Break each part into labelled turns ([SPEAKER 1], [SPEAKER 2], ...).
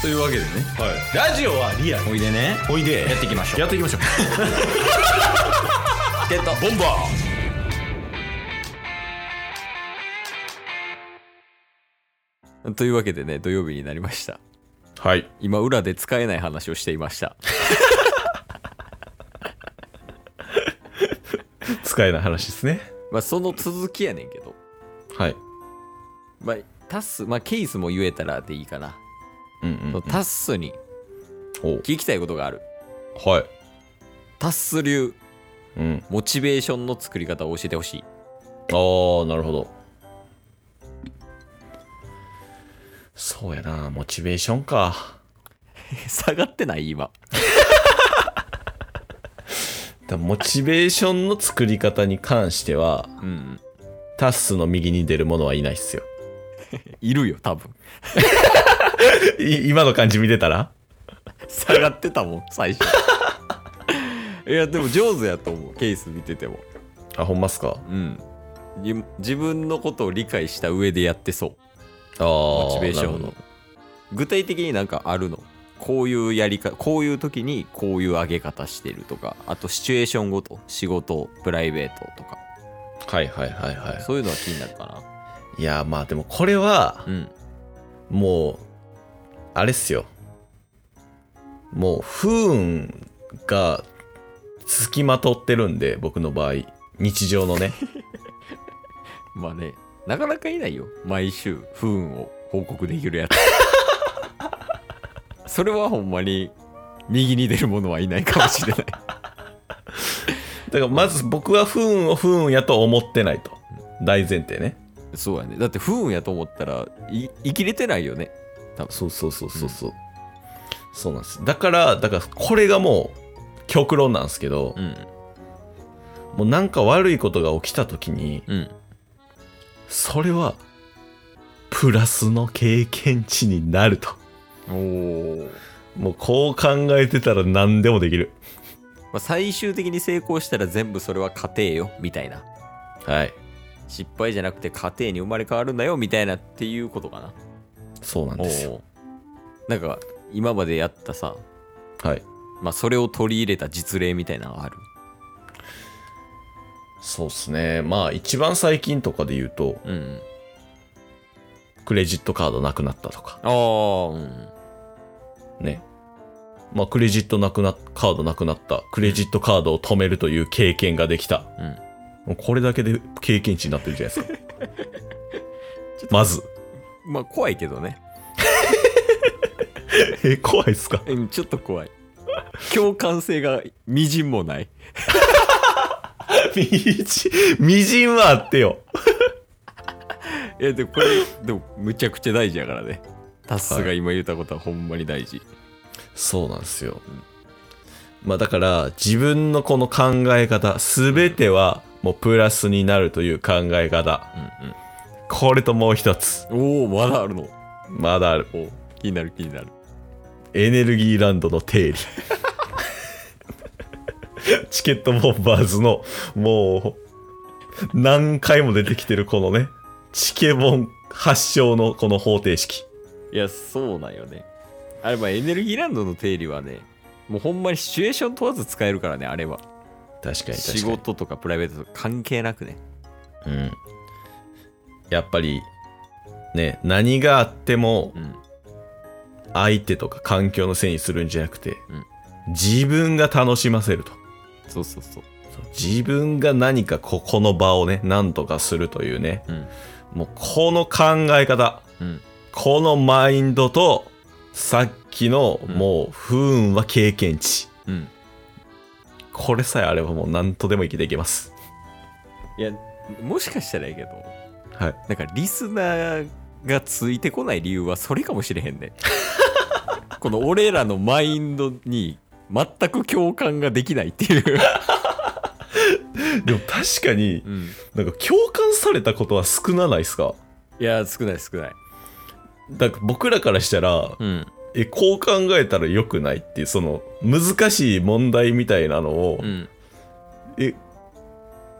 [SPEAKER 1] というわけでね
[SPEAKER 2] はい、ラジオはリアル
[SPEAKER 1] おいでね
[SPEAKER 2] おいで
[SPEAKER 1] やっていきましょう
[SPEAKER 2] やって いきましょう
[SPEAKER 1] ってた
[SPEAKER 2] ボンバ
[SPEAKER 1] というわけでね土曜日になりました
[SPEAKER 2] ーはい
[SPEAKER 1] 今裏で使えない話をしていました
[SPEAKER 2] 使えない話ですね
[SPEAKER 1] まあその続きやねんけど
[SPEAKER 2] はい
[SPEAKER 1] まあタッスまあケースも言えたらでいいかな、
[SPEAKER 2] うんう
[SPEAKER 1] タッスに
[SPEAKER 2] おう
[SPEAKER 1] 聞きたいことがある
[SPEAKER 2] はい
[SPEAKER 1] タッス流
[SPEAKER 2] うん
[SPEAKER 1] モチベーションの作り方を教えてほしい
[SPEAKER 2] ああなるほどそうやなモチベーションか
[SPEAKER 1] 下がってない今
[SPEAKER 2] だモチベーションの作り方に関しては
[SPEAKER 1] うん
[SPEAKER 2] タッスの右に出るものはいないっすよ
[SPEAKER 1] いるよ多分
[SPEAKER 2] い今の感じ見てたら
[SPEAKER 1] 下がってたもん最初 いやでも上手やと思うケース見てても
[SPEAKER 2] あほんますか
[SPEAKER 1] うんじ自分のことを理解した上でやってそう
[SPEAKER 2] ああモ
[SPEAKER 1] モチベーションの具体的になんかあるのこういうやり方こういう時にこういう上げ方してるとかあとシチュエーションごと仕事プライベートとか
[SPEAKER 2] はいはいはいは
[SPEAKER 1] そういうのは気になるかない
[SPEAKER 2] いやまあでもこれは
[SPEAKER 1] うん
[SPEAKER 2] もうあれっすよもう不運がつきまとってるんで僕の場合日常のね
[SPEAKER 1] まあねなかなかいないよ毎週不運を報告できるや つそれはほんまに右に出る者はいないかもしれない
[SPEAKER 2] だからまず僕は不運を不運やと思ってないと大前提ね
[SPEAKER 1] そうやねだって不運やと思ったらい生きれてないよね
[SPEAKER 2] そうそうそうそうそう、そうなんですだからだからこれがもう極論なんですけど、
[SPEAKER 1] うん
[SPEAKER 2] もうなんか悪いことが起きた時に
[SPEAKER 1] うん
[SPEAKER 2] それはプラスの経験値になると
[SPEAKER 1] おお
[SPEAKER 2] もうこう考えてたら何でもできる
[SPEAKER 1] まあ、最終的に成功したら全部それは家庭よみたいな
[SPEAKER 2] はい
[SPEAKER 1] 失敗じゃなくて家庭に生まれ変わるんだよみたいなっていうことかな
[SPEAKER 2] そうなん
[SPEAKER 1] お
[SPEAKER 2] ですよ
[SPEAKER 1] ーなんか今までやったさ、
[SPEAKER 2] はい
[SPEAKER 1] まあ、それを取り入れた実例みたいなのがある
[SPEAKER 2] そうっすねまあ一番最近とかで言うと
[SPEAKER 1] うん
[SPEAKER 2] クレジットカードなくなったとか
[SPEAKER 1] ああうん
[SPEAKER 2] ねまあクレジットなくなカードなくなったクレジットカードを止めるという経験ができた
[SPEAKER 1] うん
[SPEAKER 2] もうこれだけで経験値になってるじゃないですか まず
[SPEAKER 1] まあ怖いけどね
[SPEAKER 2] え怖いっすか
[SPEAKER 1] うんちょっと怖い共感性がみじんもない
[SPEAKER 2] みじん、みじんはあってよ。
[SPEAKER 1] いやでもこれでもむちゃくちゃ大事やからねタッスが今言ったことはほんまに大事、
[SPEAKER 2] そうなんですよ。まあだから、自分のこの考え方、すべてはもうプラスになるという考え方。これともう一つ。
[SPEAKER 1] うんうん、おおまだあるの
[SPEAKER 2] まだある。
[SPEAKER 1] おー気になる気になる
[SPEAKER 2] エネルギーランドの定理。 チケットボンバーズの、もう、何回も出てきてるこのね、チケボン発祥のこの方程式。
[SPEAKER 1] いや、そうなんよね。あれ、まあ、エネルギーランドの定理はね、もうほんまにシチュエーション問わず使えるからね、あれは。
[SPEAKER 2] 確かに確かに。
[SPEAKER 1] 仕事とかプライベートとか関係なくね。
[SPEAKER 2] うん、やっぱりね何があっても
[SPEAKER 1] うん。
[SPEAKER 2] 相手とか環境のせいにするんじゃなくて、
[SPEAKER 1] うん
[SPEAKER 2] 自分が楽しませると
[SPEAKER 1] そうそうそう。
[SPEAKER 2] 自分が何かここの場をね何とかするというね
[SPEAKER 1] うん。
[SPEAKER 2] もうこの考え方
[SPEAKER 1] うん。
[SPEAKER 2] このマインドとさっきの
[SPEAKER 1] うん
[SPEAKER 2] もう不運は経験値、
[SPEAKER 1] うん。
[SPEAKER 2] これさえあればもう何とでも生きていけます
[SPEAKER 1] いや、もしかしたらやけど、
[SPEAKER 2] はい
[SPEAKER 1] なんかリスナーがついてこない理由はそれかもしれへんね。 この俺らのマインドに全く共感ができないっていう。
[SPEAKER 2] でも確かに
[SPEAKER 1] うん。
[SPEAKER 2] なんか共感されたことは少なないですか
[SPEAKER 1] いや、少ない少ない。
[SPEAKER 2] だから僕らからしたら、
[SPEAKER 1] うん。
[SPEAKER 2] えこう考えたら良くないっていうその難しい問題みたいなのを、
[SPEAKER 1] うん。
[SPEAKER 2] え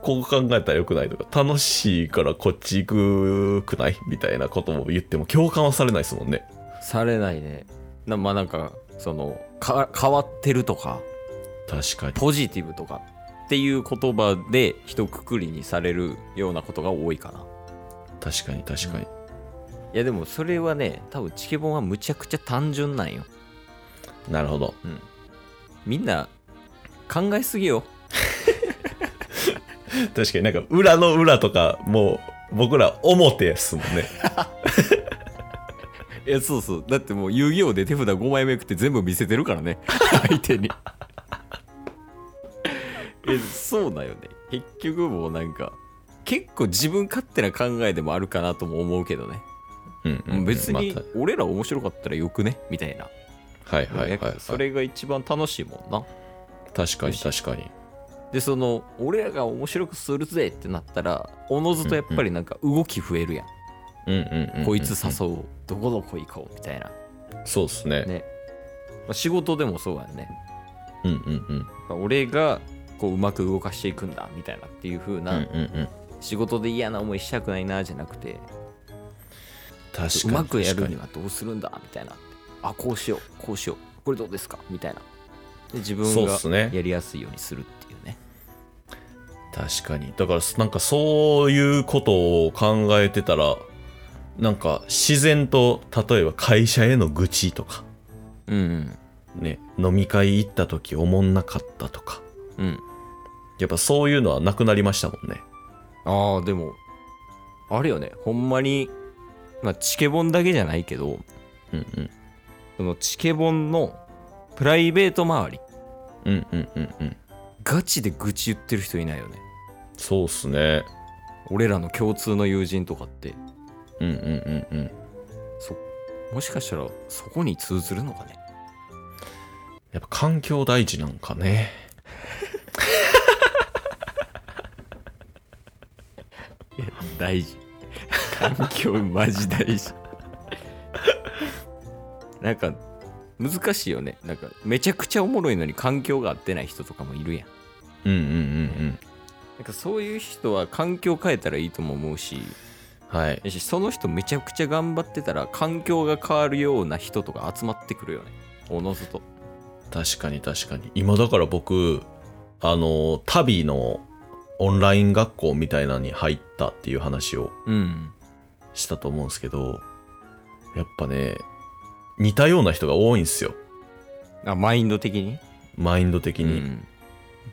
[SPEAKER 2] こう考えたら良くないとか楽しいからこっち行くくないみたいなことを言っても共感はされないですもんね
[SPEAKER 1] されないねなまあなんかそのか変わってるとか
[SPEAKER 2] 確かに
[SPEAKER 1] ポジティブとかっていう言葉で一括りにされるようなことが多いかな
[SPEAKER 2] 確かに確かに、
[SPEAKER 1] いやでもそれはね多分チケボンはむちゃくちゃ単純なんよ
[SPEAKER 2] なるほど
[SPEAKER 1] みんな考えすぎよ
[SPEAKER 2] 確かになんか裏の裏とかもう僕ら表やっすもんね
[SPEAKER 1] えそうそうだってもう遊戯王で手札5枚目くって全部見せてるからね 相手にえそうだよね結局もうなんか結構自分勝手な考えでもあるかなとも思うけどね、
[SPEAKER 2] うんうんうん
[SPEAKER 1] 別に
[SPEAKER 2] ま
[SPEAKER 1] 俺ら面白かったらよくねみたいな、
[SPEAKER 2] たはいはいはい、はい、
[SPEAKER 1] それが一番楽しいもんな
[SPEAKER 2] 確かに確かに
[SPEAKER 1] でその俺らが面白くするぜってなったらおのずとやっぱりなんか動き増えるやん、
[SPEAKER 2] うんうんうんうん
[SPEAKER 1] こいつ誘う、どこどこ行こうみたいな
[SPEAKER 2] そうっすね
[SPEAKER 1] ね、まあ、仕事でもそうやんね
[SPEAKER 2] うんうんうん
[SPEAKER 1] まあ俺がこううまく動かしていくんだみたいなっていう風
[SPEAKER 2] うんう
[SPEAKER 1] なん
[SPEAKER 2] うん
[SPEAKER 1] 仕事で嫌な思いしたくないなじゃなくて
[SPEAKER 2] 確か
[SPEAKER 1] う
[SPEAKER 2] に
[SPEAKER 1] まくやるに
[SPEAKER 2] は
[SPEAKER 1] はどうするんだみたいなあこうしようこうしようこれどうですかみたいなで自分
[SPEAKER 2] そうっ
[SPEAKER 1] が
[SPEAKER 2] すね
[SPEAKER 1] やりやすいようにするっていうね
[SPEAKER 2] 確かにだからなんかそういうことを考えてたらなんか自然と例えば会社への愚痴とか
[SPEAKER 1] うん
[SPEAKER 2] ね飲み会行った時おもんなかったとか
[SPEAKER 1] うんうん
[SPEAKER 2] やっぱそういうのはなくなりましたもんね
[SPEAKER 1] ああでもあれよねほんまにまあチケボンだけじゃないけど
[SPEAKER 2] うんうん
[SPEAKER 1] そのチケボンのプライベート周り
[SPEAKER 2] うんうんうんうん
[SPEAKER 1] ガチで愚痴言ってる人いないよね
[SPEAKER 2] そうっすね
[SPEAKER 1] 俺らの共通の友人とかって
[SPEAKER 2] うんうんうんうん
[SPEAKER 1] そもしかしたらそこに通ずるのかね
[SPEAKER 2] やっぱ環境大事なんかね
[SPEAKER 1] 大事環境マジ大事なんか難しいよねなんかめちゃくちゃおもろいのに環境が合ってない人とかもいるやん
[SPEAKER 2] うんうんうん
[SPEAKER 1] なんかそういう人は環境変えたらいいとも思うし
[SPEAKER 2] うんはい
[SPEAKER 1] やしその人めちゃくちゃ頑張ってたら環境が変わるような人とか集まってくるよねおのずと
[SPEAKER 2] 確かに確かに今だから僕あの旅のオンライン学校みたいなのに入ったっていう話を
[SPEAKER 1] うん
[SPEAKER 2] したと思うんですけどやっぱね似たような人が多いんですよ
[SPEAKER 1] あマインド的に
[SPEAKER 2] マインド的
[SPEAKER 1] う
[SPEAKER 2] に、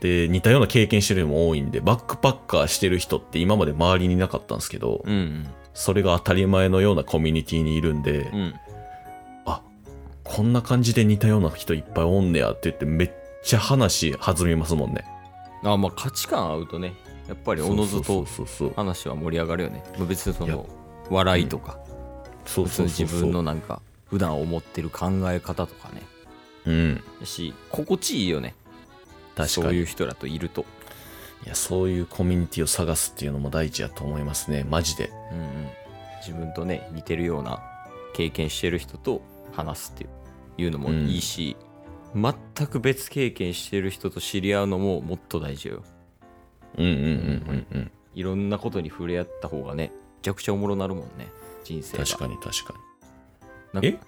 [SPEAKER 2] で似たような経験してる人も多いんでバックパッカーしてる人って今まで周りにいなかったんですけど、
[SPEAKER 1] うん
[SPEAKER 2] それが当たり前のようなコミュニティにいるんで、
[SPEAKER 1] うんうん
[SPEAKER 2] あこんな感じで似たような人いっぱいおんねやって言ってめっちゃ話弾みますもんね
[SPEAKER 1] あまあ価値観合うとねやっぱりおのず
[SPEAKER 2] そ
[SPEAKER 1] と
[SPEAKER 2] うそうそうそう
[SPEAKER 1] 話は盛り上がるよねまあ別にそ
[SPEAKER 2] いや
[SPEAKER 1] の笑いとか、
[SPEAKER 2] そう
[SPEAKER 1] 普通
[SPEAKER 2] そう
[SPEAKER 1] に
[SPEAKER 2] そう
[SPEAKER 1] 自
[SPEAKER 2] そう
[SPEAKER 1] 分のなんか普段思ってる考え方とかね
[SPEAKER 2] うん
[SPEAKER 1] やし心地いいよね
[SPEAKER 2] 確かに
[SPEAKER 1] そういう人らといると
[SPEAKER 2] いやそういうコミュニティを探すっていうのも大事やと思いますねマジで
[SPEAKER 1] うんうん、自分とね似てるような経験してる人と話すっていういうのもいいし、全く別経験してる人と知り合うのももっと大事よ
[SPEAKER 2] うんうんうんうんうん
[SPEAKER 1] いろんなことに触れ合った方がねめちゃくちゃおもろなるもんね人生が
[SPEAKER 2] 確かに確か
[SPEAKER 1] な
[SPEAKER 2] に
[SPEAKER 1] ん
[SPEAKER 2] え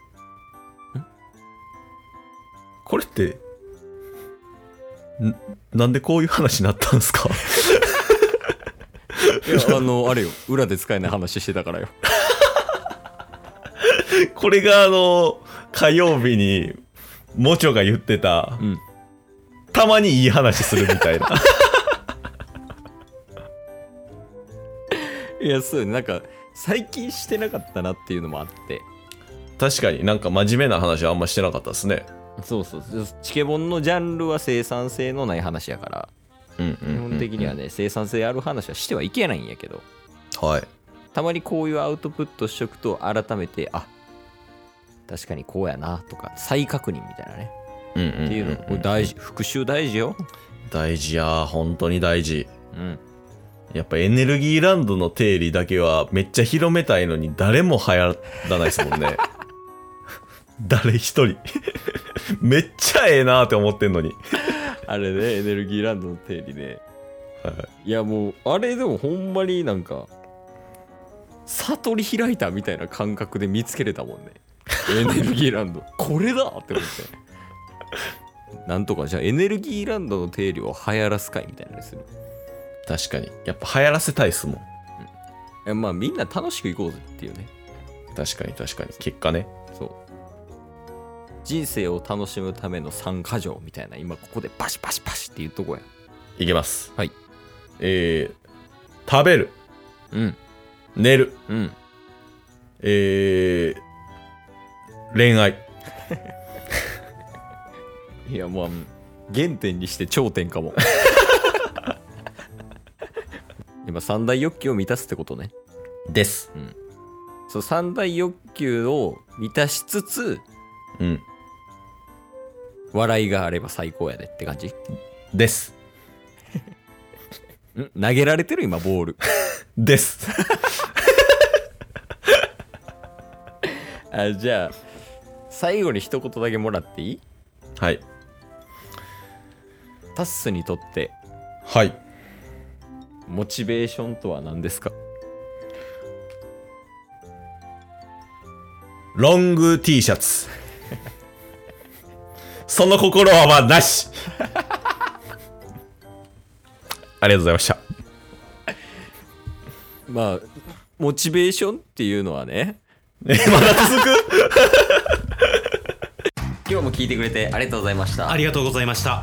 [SPEAKER 2] これってんなんでこういう話になったんですか
[SPEAKER 1] いやあのあれよ裏で使えない話してたからよ
[SPEAKER 2] これがあの火曜日にもちょが言ってた、
[SPEAKER 1] うん
[SPEAKER 2] たまにいい話するみたいな
[SPEAKER 1] いやそうよねなんか最近してなかったなっていうのもあって
[SPEAKER 2] 確かになんか真面目な話はあんましてなかったですね
[SPEAKER 1] そうそうチケボンのジャンルは生産性のない話やから
[SPEAKER 2] うんうんうん
[SPEAKER 1] 基
[SPEAKER 2] うん
[SPEAKER 1] 本的にはね生産性ある話はしてはいけないんやけど
[SPEAKER 2] はい
[SPEAKER 1] たまにこういうアウトプットしとくと改めてあ確かにこうやなとか再確認みたいなね
[SPEAKER 2] うんうんうんうん
[SPEAKER 1] っていうのこれ大事復習大事よ
[SPEAKER 2] 大事や本当に大事
[SPEAKER 1] うん
[SPEAKER 2] やっぱエネルギーランドの定理だけはめっちゃ広めたいのに誰も流行らないですもんね。 誰一人。 めっちゃええなって思ってんのに。
[SPEAKER 1] あれねエネルギーランドの定理ねいやもうあれでもほんまに なんか悟り開いたみたいな感覚で見つけれたもんねエネルギーランドこれだって思ってなんとかじゃあエネルギーランドの定理を流行らすかいみたいなのにする
[SPEAKER 2] 確かに。やっぱ流行らせたいっすもん。
[SPEAKER 1] えまあみんな楽しくいこうぜっていうね
[SPEAKER 2] 確かに確かに。結果ね。
[SPEAKER 1] そう人生を楽しむための三箇条みたいな今ここでバシバシバシっていうとこや
[SPEAKER 2] いきます。
[SPEAKER 1] はい。
[SPEAKER 2] えー、食べる。
[SPEAKER 1] うん
[SPEAKER 2] 寝る。
[SPEAKER 1] うん
[SPEAKER 2] えー、恋愛。
[SPEAKER 1] いやもう原点にして頂点か も今三大欲求を満たすってことね
[SPEAKER 2] です。
[SPEAKER 1] そう三大欲求を満たしつつ
[SPEAKER 2] うん。
[SPEAKER 1] 笑いがあれば最高やでって感じ
[SPEAKER 2] です。
[SPEAKER 1] ん投げられてる今ボール
[SPEAKER 2] です。
[SPEAKER 1] あじゃあ最後に一言だけもらっていい
[SPEAKER 2] はい。
[SPEAKER 1] タッスにとって
[SPEAKER 2] はい。
[SPEAKER 1] モチベーションとは何ですか
[SPEAKER 2] ロング T シャツ。その心はまあなし。ありがとうございました。
[SPEAKER 1] まあモチベーションっていうのは ね
[SPEAKER 2] え、まだ 続く
[SPEAKER 1] 今日も聞いてくれてありがとうございました
[SPEAKER 3] ありがとうございました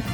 [SPEAKER 3] す